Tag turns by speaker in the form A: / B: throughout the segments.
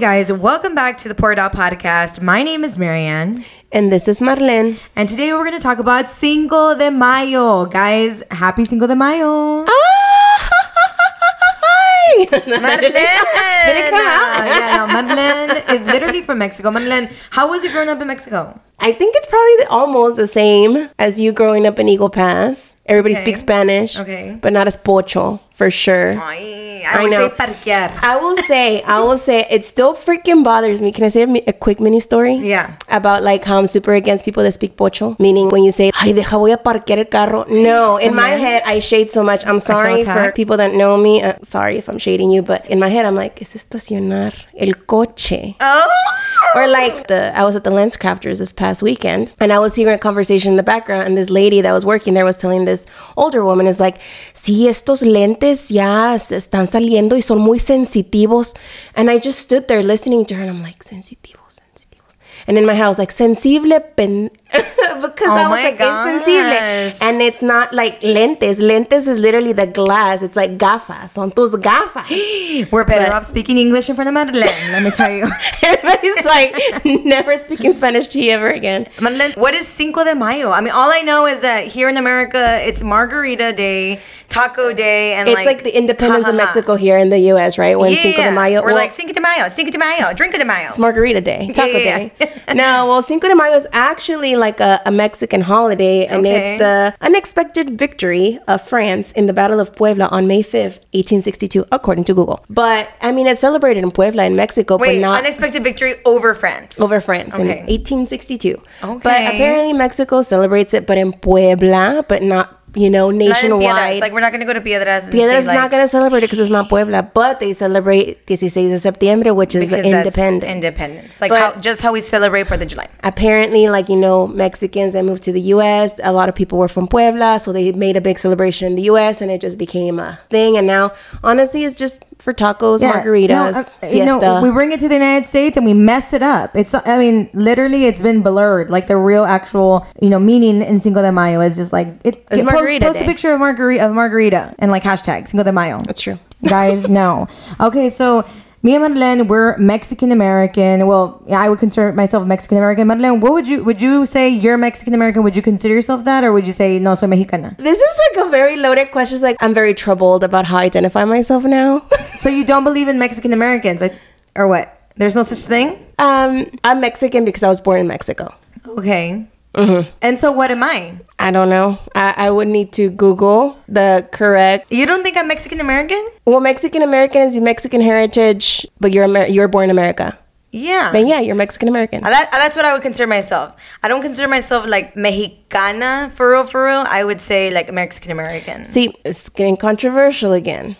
A: guys, welcome back to the Poor Doll Podcast. My name is Marianne,
B: And this is Marlene.
A: and today we're going to talk about Cinco de Mayo. Guys, happy Cinco de Mayo.
B: Ah, Hi!
A: Marlene!
B: Did it come out?
A: yeah, no, Marlene is literally from Mexico. Marlene, how was it growing up in Mexico?
B: I think it's probably the, almost the same as you growing up in Eagle Pass. Everybody
A: Okay.
B: speaks Spanish,
A: Okay.
B: but not as pocho for sure.
A: I,
B: I
A: would
B: know. Ah.
A: say parquear.
B: I will say, I will say, it still freaking bothers me. Can I say a, mi- a quick mini story?
A: Yeah.
B: About like how I'm super against people that speak pocho, meaning when you say, ay, deja voy a parquear el carro. No, in my head, I shade so much. I'm sorry for
A: attacked.
B: people that know me. Uh, sorry if I'm shading you, but in my head, I'm like, es estacionar el coche.
A: Oh!
B: Or like the I was at the lens crafters this past weekend and I was hearing a conversation in the background and this lady that was working there was telling this older woman is like, "Sí, estos lentes ya se están saliendo y son muy sensitivos." And I just stood there listening to her and I'm like, "Sensitivos, sensitivos." And in my head I was like, "Sensible pen" because
A: Oh
B: I was
A: my
B: like, "It's sensible."
A: gosh.
B: And it's not like lentes. Lentes is literally the glass. It's like gafas. Son tus gafas.
A: We're better
B: But-
A: off speaking English in front of Marlene, let me tell you.
B: Everybody's like never speaking Spanish to you ever again.
A: Marlene, what is Cinco de Mayo? I mean, all I know is that here in America, it's Margarita Day, Taco Day, and
B: It's
A: like,
B: like, the independence
A: ha,
B: of
A: ha, ha.
B: Mexico here in the U.S., right? When
A: Yeah,
B: Cinco de Mayo,
A: We're
B: well,
A: like Cinco de Mayo, Cinco de Mayo, Drinco de Mayo.
B: it's Margarita Day, Taco
A: yeah,
B: Day.
A: yeah.
B: no, well, Cinco de Mayo is actually like a, a Mexican holiday, and
A: Okay.
B: it's the unexpected victory of France in the Battle of Puebla on May 5th, 1862, according to Google. But I mean, it's celebrated in Puebla in Mexico,
A: Wait,
B: but not
A: unexpected victory over France.
B: over France in
A: Okay.
B: 1862.
A: Okay.
B: But apparently, Mexico celebrates it, but in Puebla, but not, you know,
A: Not in Piedras.
B: nationwide.
A: Like we're not gonna go to Piedras. And
B: Piedras
A: see,
B: is not
A: like,
B: going to celebrate it because it's not Puebla, but they celebrate 16 de septiembre, which is
A: because that's
B: independence.
A: Independence. Like
B: But-
A: how, just how we celebrate Fourth of July.
B: Apparently, like, you know, Mexicans that moved to the U.S., a lot of people were from Puebla, so they made a big celebration in the U.S., and it just became a thing. And now, honestly, it's just for tacos, margaritas,
A: No, uh,
B: fiesta.
A: You know, we bring it to the United States and we mess it up. It's, I mean, literally, it's been blurred. Like the real, actual, you know, meaning in Cinco de Mayo is just like it.
B: It's
A: post-
B: Margarita
A: Post,
B: Day.
A: a picture of margarita of margarita and like hashtag Cinco de Mayo.
B: That's true.
A: guys. No. Okay, so. Me and Madeleine, we're Mexican American. Well, yeah, I would consider myself Mexican American. Madeleine, what would you would you say you're Mexican American? Would you consider yourself that, or would you say no, soy mexicana?
B: this is like a very loaded question. It's like, I'm very troubled about how I identify myself now.
A: So you don't believe in Mexican Americans, like, or what? There's no such thing.
B: um, I'm Mexican because I was born in Mexico.
A: Okay.
B: Mm-hmm.
A: And so, what am I?
B: I don't know. I, I would need to Google the correct
A: You don't think I'm Mexican American?
B: Well, Mexican American is your Mexican heritage, but you're Amer- you're born in America.
A: Yeah.
B: Then yeah, you're Mexican American.
A: Uh, That, uh, that's what I would consider myself. I don't consider myself like Mexicana for real, for real. I would say like Mexican American.
B: See, it's getting controversial again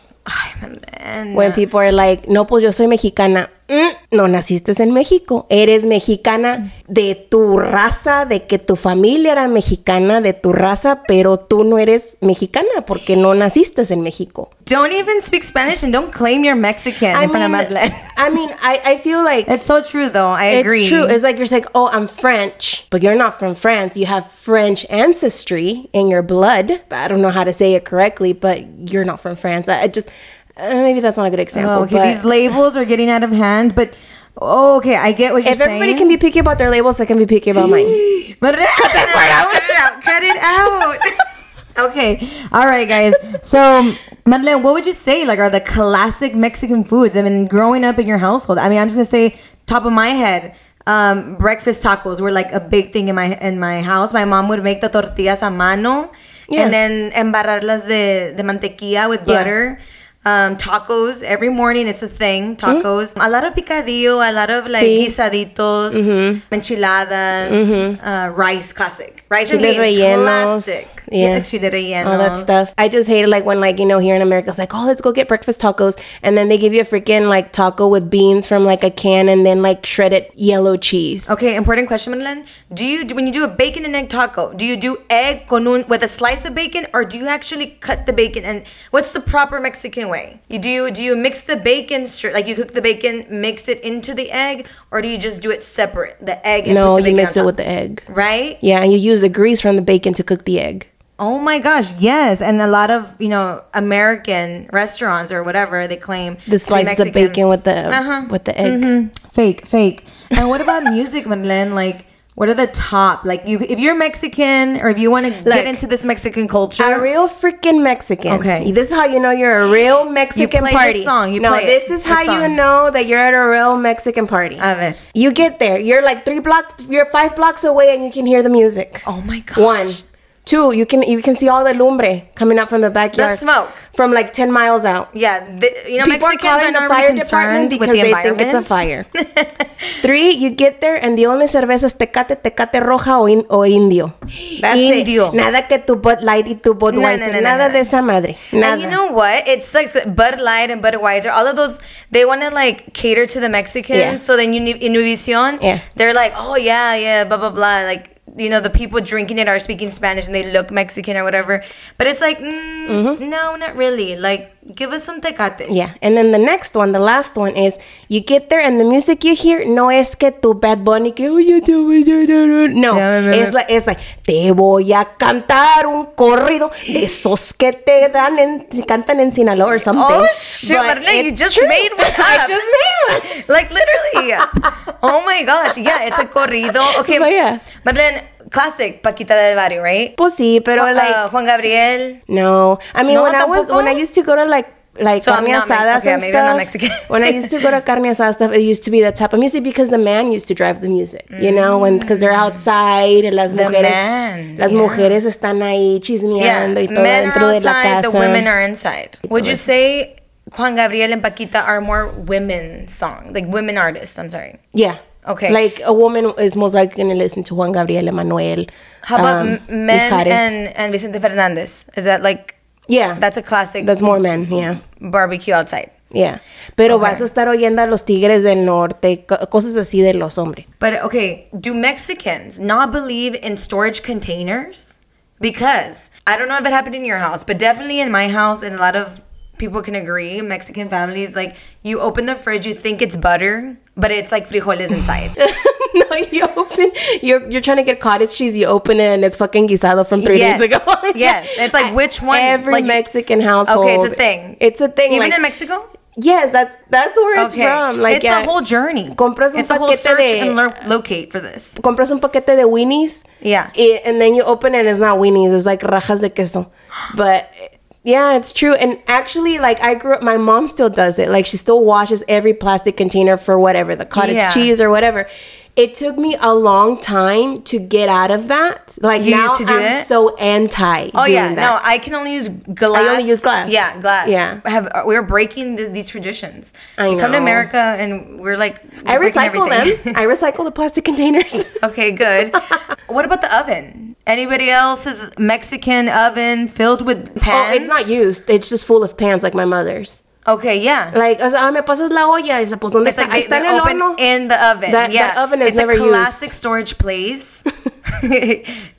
A: And
B: when people are like, "No, pues yo soy mexicana." Mm, no naciste en México. Eres mexicana de tu raza, de que tu familia era mexicana de tu raza, pero tú no eres mexicana porque no naciste en México.
A: don't even speak Spanish and don't claim you're Mexican
B: I
A: in
B: mean,
A: front of Madeleine.
B: I mean, I, I feel like
A: It's so true, though. I agree.
B: It's true. It's like you're saying, "Oh, I'm French," but you're not from France. You have French ancestry in your blood. I don't know how to say it correctly, but you're not from France. I, I just uh, maybe that's not a good example.
A: Oh, okay,
B: but
A: these labels are getting out of hand, but oh, okay, I get what you're
B: if everybody
A: saying.
B: can be picky about their labels, I can be picky about mine.
A: But cut that part out. Cut it out. Cut it out. okay. All right, guys. So, Madeleine, what would you say like are the classic Mexican foods? I mean, growing up in your household. I mean, I'm just gonna say top of my head. Um, breakfast tacos were like a big thing in my in my house. My mom would make the tortillas a mano,
B: Yeah.
A: and then embarrarlas de, de mantequilla with
B: Yeah.
A: butter. Um, tacos every morning. It's a thing. Tacos. A lot of picadillo. A lot of like
B: Mm-hmm. Sí. Mm-hmm.
A: guisaditos, enchiladas, Uh, rice, classic. Rice and
B: Chiles
A: beans,
B: rellenos.
A: classic.
B: Yeah. Oh,
A: yeah chile rellenos.
B: all that stuff. I just hate it, like when, like you know, here in America, it's like, oh, let's go get breakfast tacos, and then they give you a freaking like taco with beans from like a can, and then like shredded yellow cheese.
A: Okay, important question, Madeline. Do you do, when you do a bacon and egg taco? Do you do egg con un, with a slice of bacon, or do you actually cut the bacon? And what's the proper Mexican way? You do you, do you mix the bacon straight, like you cook the bacon, mix it into the egg, or do you just do it separate, the egg? And
B: no,
A: put the
B: you
A: bacon
B: mix
A: on
B: it
A: top?
B: with the egg.
A: right.
B: Yeah, and you use the grease from the bacon to cook the egg.
A: Oh my gosh, yes. And a lot of, you know, American restaurants or whatever they claim
B: The
A: to be
B: slices of
A: Mexican.
B: bacon with the
A: Uh-huh.
B: with the egg.
A: Fake, fake. And what about music, Madeleine? Like, what are the top? Like, you, if you're Mexican or if you want to
B: Like,
A: get into this Mexican culture,
B: A real freaking Mexican.
A: Okay.
B: This is how you know you're a real Mexican
A: play the
B: party.
A: song, you
B: no,
A: play it,
B: this is
A: the
B: how you
A: song.
B: know that you're at a real Mexican party.
A: A ver.
B: You get there. You're like three blocks. You're five blocks away, and you can hear the music.
A: oh my gosh.
B: One, two. You can you can see all the lumbre coming up from the backyard.
A: smoke.
B: from like ten miles out.
A: Yeah, the, you know,
B: People are
A: Mexicans
B: calling
A: are
B: the
A: not
B: fire
A: really concerned
B: department
A: with
B: because
A: the
B: they think it's a
A: environment.
B: Three, you get there and the only cerveza is Tecate, Tecate Roja o, in, o Indio. That's
A: Indio.
B: it. Nada que tu Bud Light y tu Budweiser.
A: no, no,
B: Nada
A: no.
B: de esa madre. Nada.
A: And you know what? It's like Bud Light and Budweiser. All of those, they want to like cater to the Mexicans.
B: Yeah.
A: So then you in Univision,
B: Yeah.
A: they're like, oh yeah, yeah, blah blah blah. Like you know, the people drinking it are speaking Spanish and they look Mexican or whatever. But it's like, mm, no, not really. Like, give us some tecate.
B: Mm-hmm. Yeah, and then the next one, the last one is you get there and the music you hear no es que tu Bad Bunny que "Oye, te voy a dar-" no,
A: Yeah, no, no,
B: it's
A: no.
B: like it's like te voy a cantar un corrido de esos que te dan en cantan en Sinaloa or something.
A: Oh shit,
B: But
A: Marlene, you
B: it's
A: just
B: true.
A: made one up.
B: I just made one.
A: like literally. oh my gosh. Yeah, it's a corrido. Okay.
B: But yeah.
A: Marlene, classic Paquita del Barrio, right?
B: Pues sí, pero
A: Uh,
B: like
A: Juan Gabriel.
B: No, I mean
A: No,
B: when I was
A: tampoco?
B: when I used to go to like like
A: So I'm
B: carne
A: not Mex-
B: asadas
A: okay,
B: and
A: maybe I'm
B: stuff.
A: not Mexican.
B: when I used to go to carne asada stuff, it used to be that type of music because the man used to drive the music, you know, when because they're outside and las
A: Mm. The
B: mujeres,
A: man,
B: las
A: yeah.
B: mujeres están ahí chismeando y todo
A: men
B: dentro
A: are
B: de la
A: outside,
B: casa.
A: the women are inside. Would you
B: Entonces-
A: say Juan Gabriel and Paquita are more women song, like women artists? I'm sorry.
B: yeah.
A: Okay.
B: Like a woman is most likely gonna listen to Juan Gabriel, Emanuel.
A: How about
B: um,
A: m- men
B: Mijares.
A: and, and Vicente Fernandez? Is that like
B: yeah?
A: that's a classic
B: that's more men. Yeah.
A: barbecue outside?
B: Yeah. Pero
A: Okay.
B: vas a estar oyendo a los tigres del norte, co- cosas así de los hombres.
A: But okay, do Mexicans not believe in storage containers? Because I don't know if it happened in your house, but definitely in my house, and a lot of people can agree, Mexican families, like you open the fridge, you think it's butter, but it's like frijoles inside.
B: no, you open. You're you're trying to get cottage cheese. You open it and it's fucking guisado from three
A: Yes.
B: days ago.
A: Yes. It's like, which one-
B: Every
A: like-
B: Mexican household.
A: Okay, it's a thing.
B: It's a thing.
A: Even
B: like-
A: in Mexico?
B: Yes, that's that's where it's
A: Okay.
B: from. Like
A: it's
B: yeah,
A: a whole journey.
B: Compras un
A: it's a whole
B: paquete
A: search
B: de-
A: and lo- locate for this.
B: compras un paquete de weenies.
A: Yeah.
B: i- and then you open it and it's not weenies. It's like rajas de queso. But yeah, it's true. And actually, like I grew up, my mom still does it. Like she still washes every plastic container for whatever the cottage
A: Yeah.
B: cheese or whatever. It took me a long time to get out of that. Like
A: You
B: now
A: used to do
B: I'm
A: it?
B: so anti.
A: Oh
B: doing
A: yeah,
B: that.
A: no, I can only use glass.
B: I only use glass.
A: Yeah, glass.
B: Yeah.
A: I have uh, we're breaking th- these traditions.
B: I
A: We come to
B: know.
A: America and we're like
B: I
A: breaking
B: recycle
A: everything.
B: them. I recycle the plastic containers.
A: okay, good. what about the oven? Anybody else's Mexican oven filled with
B: oh,
A: pans?
B: it's not used. It's just full of pans like my mother's.
A: Okay, yeah.
B: Like, o sea, ah, me pasas la olla. Y dice, pues, ¿dónde
A: It's
B: está?
A: like they,
B: Ahí está en
A: they
B: el
A: open
B: horno.
A: in the oven.
B: That-
A: yeah,
B: that oven is
A: it's
B: never
A: a
B: used.
A: classic storage place.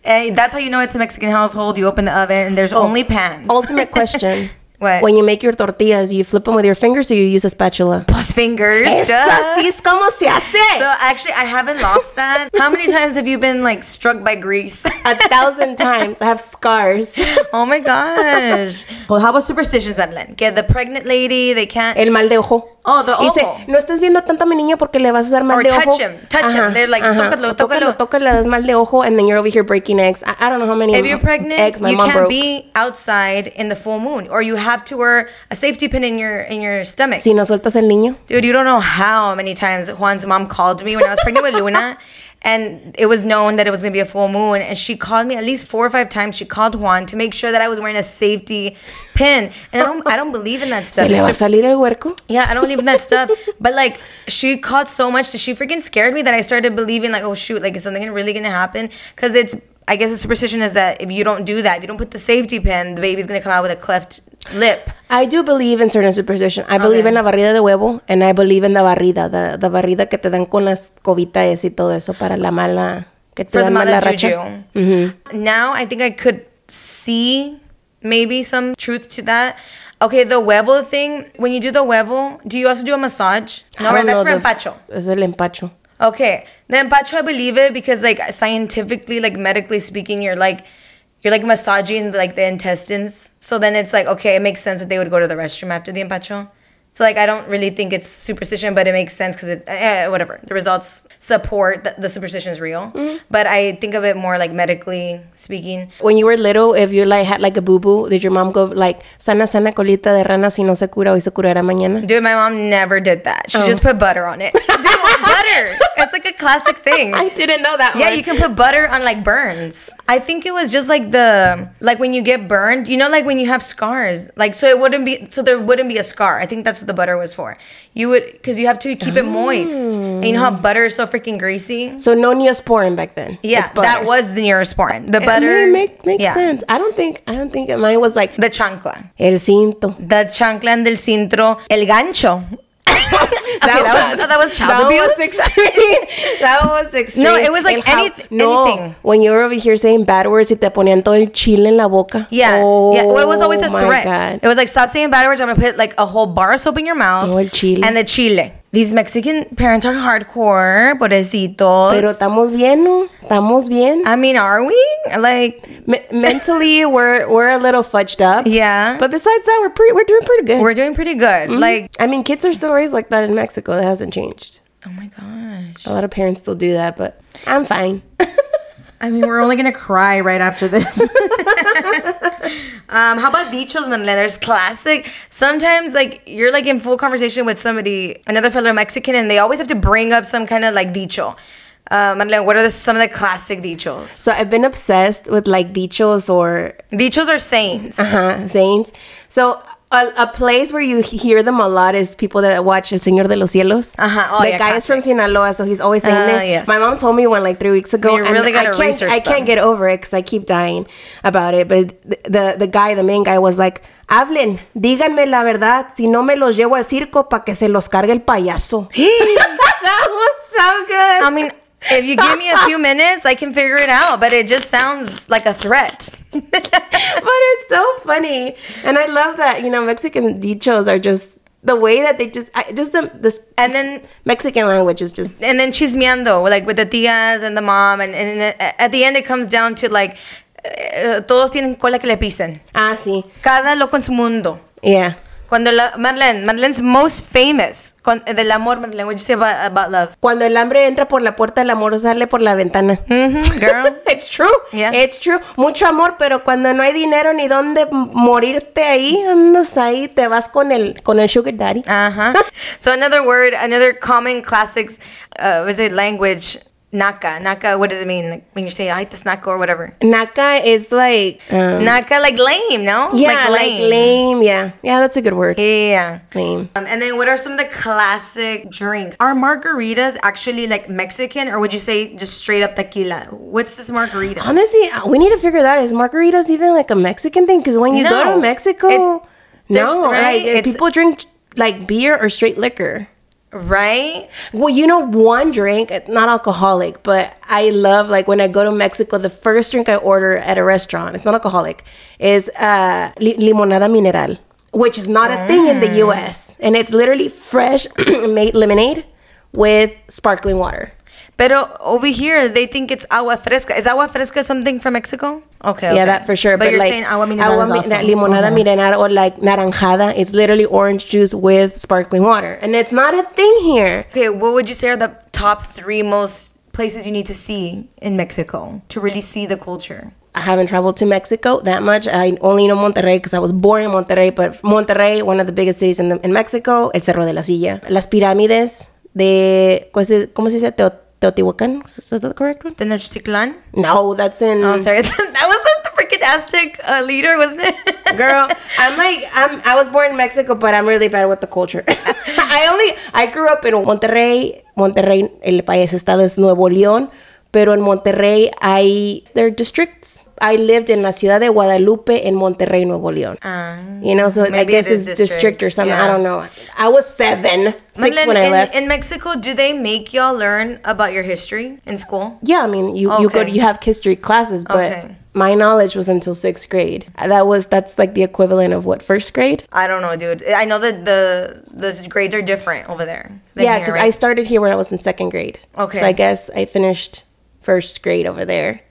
A: and that's how you know it's a Mexican household. You open the oven and there's only pans.
B: Oh. Ultimate question.
A: What?
B: When you make your tortillas, you flip them with your fingers or you use a spatula?
A: Plus fingers. duh.
B: es como se hace.
A: So actually, I haven't lost that. How many times have you been like struck by grease?
B: a thousand times. I have scars.
A: oh my gosh. Well, how about superstitions, Madeline? Get the pregnant lady. They can't.
B: El mal de ojo.
A: Oh, the
B: Dice,
A: ojo.
B: no estés viendo tanto a mi niño porque le vas a dar mal
A: Or
B: de
A: touch
B: ojo.
A: him, touch him. They're like, tócalo, tócalo.
B: tócalo. Tócalo, das mal de ojo, and then you're over here breaking eggs. I, I don't know how many
A: if you're pregnant,
B: eggs my
A: you
B: mom
A: can't
B: broke.
A: be outside in the full moon, or you have to wear a safety pin in your in your stomach.
B: Si no sueltas el niño.
A: Dude, you don't know how many times Juan's mom called me when I was pregnant with Luna, and it was known that it was gonna be a full moon, and she called me at least four or five times. She called Juan to make sure that I was wearing a safety pin, and I don't, I don't believe in that
B: ¿Se
A: stuff.
B: le va a
A: It's a-
B: salir el huerco?
A: yeah, I don't believe in that stuff. But like, she caught so much that she freaking scared me that I started believing like, oh shoot, like is something really gonna happen? Because it's, I guess the superstition is that if you don't do that, if you don't put the safety pin, the baby's gonna come out with a cleft lip.
B: I do believe in certain superstition. I believe
A: Okay.
B: in la barrida de huevo and I believe in la barrida, the, the barrida que te dan con las cobitas y todo eso para la mala que te
A: for the
B: dan
A: mother
B: mala
A: juju.
B: racha. Mm-hmm.
A: Now I think I could see maybe some truth to that. Okay, the huevo thing. When you do the huevo, do you also do a massage?
B: I
A: No, right?
B: don't
A: That's
B: know
A: for
B: the-
A: empacho.
B: Es el empacho.
A: Okay, the empacho I believe it because like scientifically, like medically speaking, you're like you're like massaging like the intestines. So then it's like okay, it makes sense that they would go to the restroom after the empacho. So like I don't really think it's superstition, but it makes sense because it eh, whatever the results support that the superstition is real. But I think of it more like medically speaking.
B: When you were little, if you like had like a boo boo, did your mom go like sana sana colita de rana si no se cura hoy se curará mañana?
A: Dude, my mom never did that. She just put butter on it. Dude, butter. It's like a classic thing.
B: I didn't know that.
A: Mm. Yeah,
B: one.
A: you can put butter on like burns. I think it was just like the like when you get burned, you know, like when you have scars. Like so it wouldn't be so there wouldn't be a scar. I think that's what the butter was for. You would because you have to keep it moist. And you know how butter is so freaking greasy.
B: So no neosporin back then.
A: Yeah,
B: It's butter.
A: that was the Neosporin. The
B: I
A: butter
B: mean, make makes
A: yeah.
B: sense. I don't think I don't think mine was like
A: The chancla,
B: el cinto.
A: the chancla and del cintro, el gancho. okay, that, was, that was child
B: that
A: abuse.
B: Was extreme. that was extreme.
A: No, it was like
B: El jab-
A: anyth-
B: no,
A: anything.
B: When you were over here saying bad words, y te ponían todo el chile en la boca.
A: Yeah.
B: Oh,
A: yeah. Well, it was always a
B: my
A: threat.
B: God.
A: It was like, stop saying bad words. I'm going to put like a whole bar of soap in your mouth.
B: No, el chile.
A: And the chile. These Mexican parents are hardcore, pobrecitos.
B: Pero estamos bien, ¿no? Estamos bien.
A: I mean, are we? Like,
B: Me- mentally, we're we're a little fudged up.
A: Yeah.
B: But Mm-hmm. besides that, we're pretty we're doing pretty good.
A: we're doing pretty good. Like,
B: I mean, kids are still raised like that in Mexico. That hasn't changed.
A: oh my gosh.
B: A lot of parents still do that, but I'm fine.
C: I mean, we're only gonna cry right after this.
A: Um, how about bichos, man? There's classic. Sometimes, like, you're like in full conversation with somebody, another fellow Mexican, and they always have to bring up some kind of like dicho. Um, and like, what are the, some of the classic dichos?
B: So I've been obsessed with like dichos or
A: Dichos are sayings.
B: uh, sayings. So a, a place where you he- hear them a lot is people that watch El Señor de los Cielos.
A: Uh-huh. Oh,
B: the
A: yeah,
B: guy is from Sinaloa, so he's always saying
A: Ah,
B: it.
A: yes.
B: My mom told me one like three weeks ago.
A: You
B: and
A: really gotta
B: I can't,
A: research
B: I can't
A: them.
B: get over it because I keep dying about it. But the, the the guy, the main guy, was like, "Hablen, díganme la verdad. Si no me los llevo al circo para que se los cargue el payaso." that was so good.
A: I mean, if you give me a few minutes, I can figure it out. But it just sounds like a threat.
B: but it's so funny, and I love that you know Mexican dichos are just the way that they just I, just the this
A: And then,
B: Mexican language is just
A: and then chismeando, like with the tias and the mom, and and then a- at the end it comes down to like, eh, todos tienen cola que le pisen.
B: ah sí
A: Cada loco en su mundo.
B: yeah
A: Cuando la Marlene, Marlene's most famous. Con, eh, del amor, Marlene, what you say about, about love?
B: cuando el hambre entra por la puerta el amor sale por la ventana
A: Mhm, girl.
B: it's true
A: Yeah.
B: it's true mucho amor pero cuando no hay dinero ni dónde morirte ahí andas ahí te vas con el con el sugar daddy
A: Uh huh. so another word, another common classics, uh, was it language? Naka. Naka, what does it mean? Like when you say, I hate this naka or whatever.
B: Naka is like um,
A: Naka, like lame, no?
B: yeah like lame. yeah yeah that's a good word
A: Yeah.
B: lame
A: Um, and then what are some of the classic drinks? Are margaritas actually like Mexican or would you say just straight up tequila? What's this margarita?
B: honestly uh, we need to figure that out. is margaritas even like a Mexican thing because when you go
A: No.
B: to Mexico
A: It- there's-
B: no
A: right?
B: like,
A: It's-
B: people drink like beer or straight liquor
A: right?
B: Well, you know, one drink, not alcoholic, but I love like when I go to Mexico, the first drink I order at a restaurant, it's not alcoholic, is uh, li- limonada mineral, which is not a thing in
A: Mm.
B: the US. And it's literally fresh made lemonade with sparkling water.
A: Pero over here, they think it's agua fresca. Is agua fresca something from Mexico? Okay. okay.
B: Yeah, that for sure.
A: But,
B: But,
A: you're
B: like
A: saying agua mineral
B: agua
A: is
B: mi-
A: also. Mm-hmm.
B: na- limonada mineral or like naranjada, it's literally orange juice with sparkling water. And it's not a thing here.
A: Okay, what would you say are the top three most places you need to see in Mexico to really see the culture?
B: I haven't traveled to Mexico that much. I only know Monterrey because I was born in Monterrey, but Monterrey, one of the biggest cities in, the, in Mexico, El Cerro de la Silla, Las Pirámides de, ¿cómo se cómo se dice? Teo- Teotihuacan? Is that the correct one?
A: The Nochticlan?
B: No, that's in.
A: Oh, sorry. that was the freaking Aztec uh, leader, wasn't it?
B: Girl, I'm like, I'm, I was born in Mexico, but I'm really bad with the culture. I only, I grew up in Monterrey. Monterrey, el país estado es Nuevo León, pero en Monterrey hay, there are districts. I lived in la ciudad de Guadalupe in Monterrey, Nuevo León.
A: Ah.
B: You know, so I
A: Maybe
B: guess
A: it is
B: it's district or
A: districts,
B: something.
A: yeah.
B: I don't know. I was seven, six
A: Madeleine,
B: when I
A: in,
B: left.
A: in Mexico, do they make y'all learn about your history in school?
B: yeah, I mean, you you go
A: Okay.
B: you have history classes, but
A: Okay.
B: my knowledge was until sixth grade. That was that's like the equivalent of what first grade.
A: I don't know, dude. I know that the the grades are different over there. than
B: yeah,
A: here,
B: because I
A: right?
B: started here when I was in second grade.
A: Okay.
B: so I guess I finished first grade over there.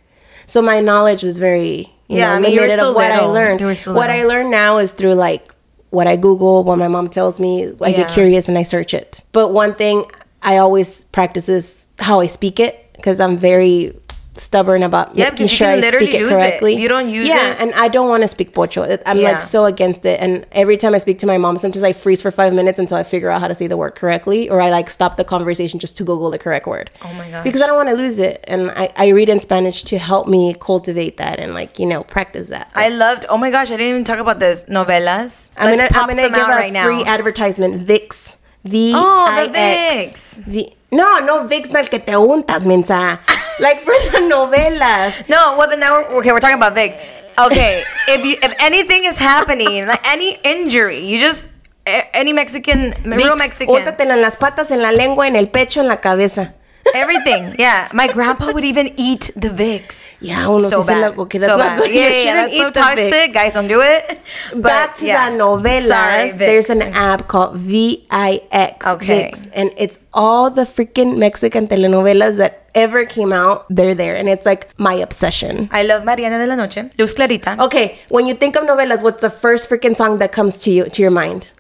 B: So my knowledge was very you
A: Yeah,
B: know,
A: I mean,
B: limited
A: you were
B: of
A: still
B: what
A: little.
B: I learned.
C: You were still
B: what
C: little.
B: I learn now is through like what I Google, what my mom tells me. I get
A: Yeah.
B: curious and I search it. But one thing I always practice is how I speak it because I'm very stubborn about
A: Yeah,
B: making
A: because you
B: sure
A: can
B: I
A: literally
B: speak it
A: use it.
B: correctly.
A: You don't use
B: yeah,
A: it.
B: and I don't want to speak Pocho. It- I'm
A: Yeah.
B: like so against it. And every time I speak to my mom, sometimes I freeze for five minutes until I figure out how to say the word correctly, or I like stop the conversation just to Google the correct word.
A: Oh my gosh.
B: Because I don't want to lose it, and I, I read in Spanish to help me cultivate that and like you know practice that.
A: I loved. Oh my gosh, I didn't even talk about this novelas.
B: I'm
A: Let's
B: gonna,
A: pop
B: I'm gonna
A: some
B: give
A: out
B: a
A: right now.
B: free advertisement. Vix. V
A: Oh,
B: I
A: the
B: X. V- no, no Vix, no el que te untas, mensa. like for the novelas.
A: No, well then now we're okay. We're talking about Vicks. Okay, if you if anything is happening, like any injury, you just a- any Mexican, real
B: Vicks,
A: Mexican,
B: úntatela en las patas, en la lengua, en el pecho, en la cabeza.
A: everything. Yeah, my grandpa would even eat the Vicks.
B: Yeah, uno
A: so
B: sí se
A: bad.
B: loco, que that's
A: so
B: not
A: bad.
B: good. You
A: Yeah, yeah, yeah, that's
B: shouldn't
A: so
B: eat the Vicks.
A: toxic. Guys, don't do it. But,
B: Back to
A: yeah.
B: the novelas.
A: Sorry, Vicks.
B: There's an app called VIX.
A: Okay.
B: Vix, and it's all the freaking Mexican telenovelas that ever came out. They're there, and it's like my obsession.
A: I love Mariana de la Noche. Luz Clarita.
B: Okay, when you think of novelas, what's the first freaking song that comes to you to your mind?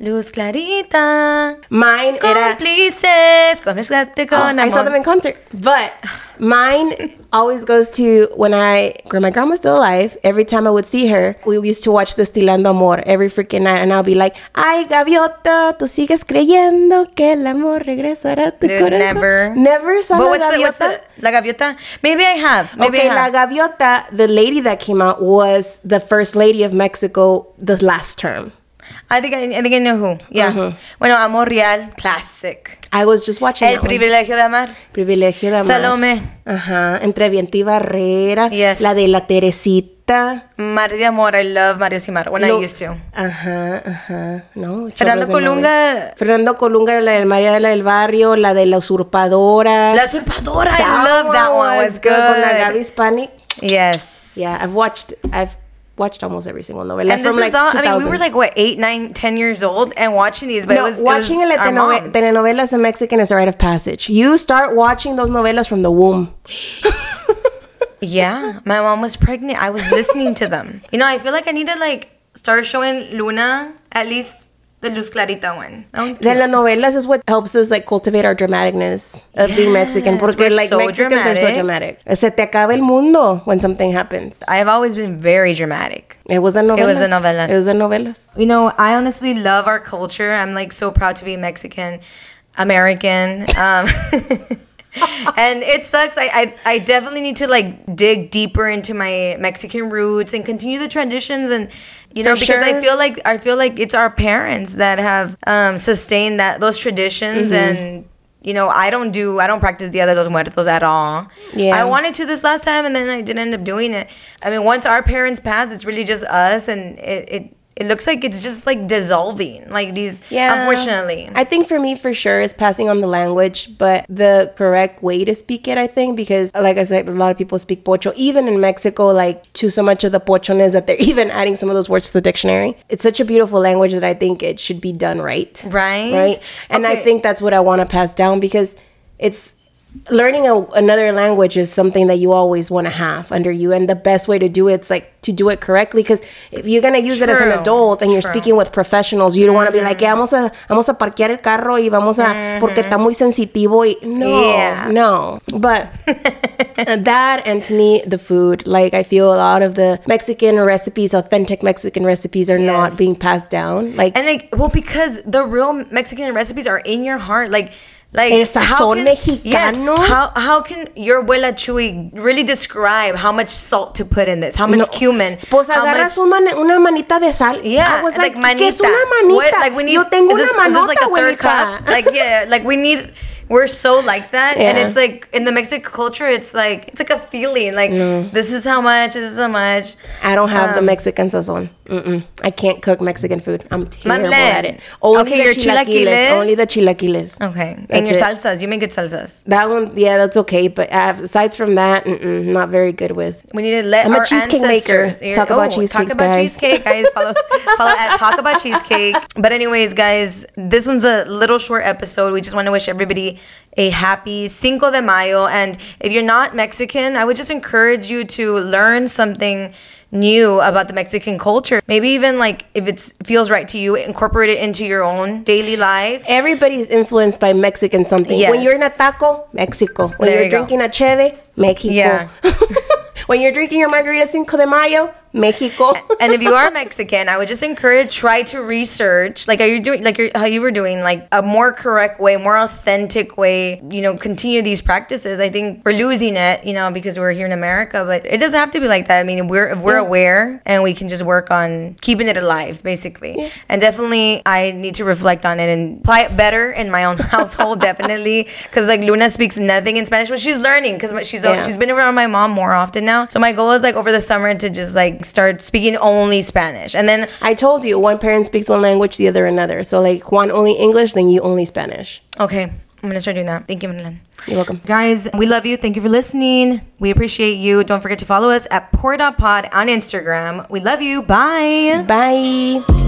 A: Luz Clarita.
B: Mine era Oh,
A: Cómplices. Cómplices con
B: I saw them in concert. But mine always goes to when I when my grandma's still alive, every time I would see her, we used to watch Destilando Amor every freaking night and I'll be like, Ay Gaviota, tú sigues creyendo que el amor regresará a tu
A: Dude,
B: corazón.
A: never.
B: Never saw
A: But
B: La
A: what's
B: Gaviota.
A: the, what's the, La Gaviota? Maybe I have. Maybe
B: okay,
A: I
B: La
A: have.
B: Gaviota, the lady that came out was the first lady of Mexico the last term.
A: I think I, I think I know who. Yeah. Bueno, Amor Real, classic.
B: I was just watching
A: El
B: that one.
A: privilegio de amar.
B: Privilegio de amar.
A: Salome.
B: Ajá. Entre Viento y Barrera.
A: Yes.
B: La de la Teresita.
A: Mario de Amor, I love Mario Simar. When I used to.
B: Ajá, ajá. No. chorros
A: Fernando
B: de novela.
A: Colunga.
B: Fernando Colunga, la de María de la del Barrio, la de la usurpadora.
A: La Usurpadora. I love that one. Was good.
B: Con la Gaby Hispanic.
A: Yes.
B: Yeah, I've watched, I've watched almost every single novela
A: And
B: from
A: this
B: like
A: is all, I mean, we
B: 2000s.
A: were like, what, eight, nine, ten years old and watching these, but
B: no,
A: it was.
B: watching
A: it was
B: la
A: our
B: tenove-
A: moms.
B: telenovelas in Mexican is a rite of passage. You start watching those novelas from the womb.
A: Yeah, my mom was pregnant. I was listening to them. You know, I feel like I need to like start showing Luna at least the Luz Clarita one. That one's
B: Then
A: cute.
B: the novelas is what helps us like cultivate our dramaticness of being Mexican.
A: Yes, we're
B: Porque like
A: so
B: Mexicans are so dramatic. Se te acaba el mundo when something happens.
A: I've always been very dramatic.
B: It was a novelas.
A: It was a novelas.
B: It was a novelas.
C: You know,
A: I honestly love our culture. I'm like so proud to be Mexican, American. Um, and it sucks. I, I, I definitely need to like dig deeper into my Mexican roots and continue the traditions and you know
B: For
A: because I
B: sure.
A: feel like I feel like it's our parents that have um, sustained that those traditions and you know I don't do I don't practice Dia de los Muertos at all.
B: Yeah.
A: I wanted to this last time and then I didn't end up doing it. I mean, once our parents pass, it's really just us and it. it it looks like it's just like dissolving, like these. Yeah. Unfortunately.
B: I think for me, for sure, is passing on the language, but the correct way to speak it, I think, because like I said, a lot of people speak pocho, even in Mexico, like to so much of the pochones that they're even adding some of those words to the dictionary. It's such a beautiful language that I think it should be done right.
A: Right.
B: Right. And I
A: Okay.
B: think that's what I want to pass down because it's learning a, another language is something that you always want to have under you and the best way to do it's like to do it correctly because if you're going to use it as an
A: True.
B: adult and you're
A: True.
B: speaking with professionals you don't want to be like yeah
A: Mm-hmm.
B: vamos a vamos a parquear el carro y vamos a porque está muy sensitivo y no
A: Yeah.
B: no but and that and to me the food like i feel a lot of the mexican recipes authentic mexican recipes are
A: Yes.
B: not being passed down like
A: And like, well, because the real Mexican recipes are in your heart, like. Like
B: El sazón
A: yes,
B: mexicano.
A: how how can your abuela Chuy really describe how much salt to put in this? How much
B: No.
A: cumin?
B: Pues
A: how
B: agarras una, una manita de sal.
A: Yeah,
B: I was
A: like,
B: like,
A: manita.
B: ¿Qué es una manita?
A: What- like we need,
B: Yo tengo
A: is this,
B: una
A: is this
B: manota,
A: like a third
B: abuelita.
A: cup? Like yeah, like we need. We're so like that, and
B: Yeah.
A: it's like in the Mexican culture, it's like it's like a feeling. Like this is how much, this is how much.
B: I don't have
A: Um,
B: the Mexican sazon. Mm-mm. I can't cook Mexican food. I'm terrible
A: Marlene.
B: at it. Only
A: Okay,
B: the
A: your
B: chilaquiles.
A: chilaquiles?
B: Only the chilaquiles.
A: Okay, and
B: That's
A: your
B: it.
A: salsas, you make good salsas.
B: That one, yeah, that's okay. But uh, aside from that, mm-mm, not very good with.
A: We need to let
B: I'm a
A: our
B: cheesecake maker.
A: ancestors Oh,
B: Talk about
A: Talk
B: cheesecakes,
A: about
B: guys.
A: cheesecake, guys. Follow, follow at Talk About Cheesecake. But anyways, guys, this one's a little short episode. We just want to wish everybody a happy Cinco de Mayo. And if you're not Mexican, I would just encourage you to learn something new about the Mexican culture. Maybe even like if it feels right to you, incorporate it into your own daily life.
B: Everybody's influenced by Mexican something. When
A: Yes.
B: you're in a taco, Mexico. When
A: There
B: you're
A: you go.
B: drinking a cheve, Mexico.
A: Yeah.
B: when you're drinking your margarita Cinco de Mayo, Mexico.
A: and if you are Mexican, I would just encourage try to research like are you doing like you're, how you were doing like a more correct way, more authentic way. You know, continue these practices. I think we're losing it, you know, because we're here in America, but it doesn't have to be like that. I mean, we're if we're aware and we can just work on keeping it alive, basically. And definitely, I need to reflect on it and apply it better in my own household, definitely, because like Luna speaks nothing in Spanish, but she's learning because she's
B: Yeah.
A: she's been around my mom more often now. So my goal is like over the summer to just like start speaking only Spanish, and then
B: I told you, one parent speaks one language, the other another. So like Juan only English, then you only Spanish.
A: okay, I'm gonna start doing that. Thank you, Madeline.
B: You're welcome.
A: Guys, we love you. Thank you for listening. We appreciate you. Don't forget to follow us at Pour It Out Pod on Instagram. We love you. Bye.
B: Bye.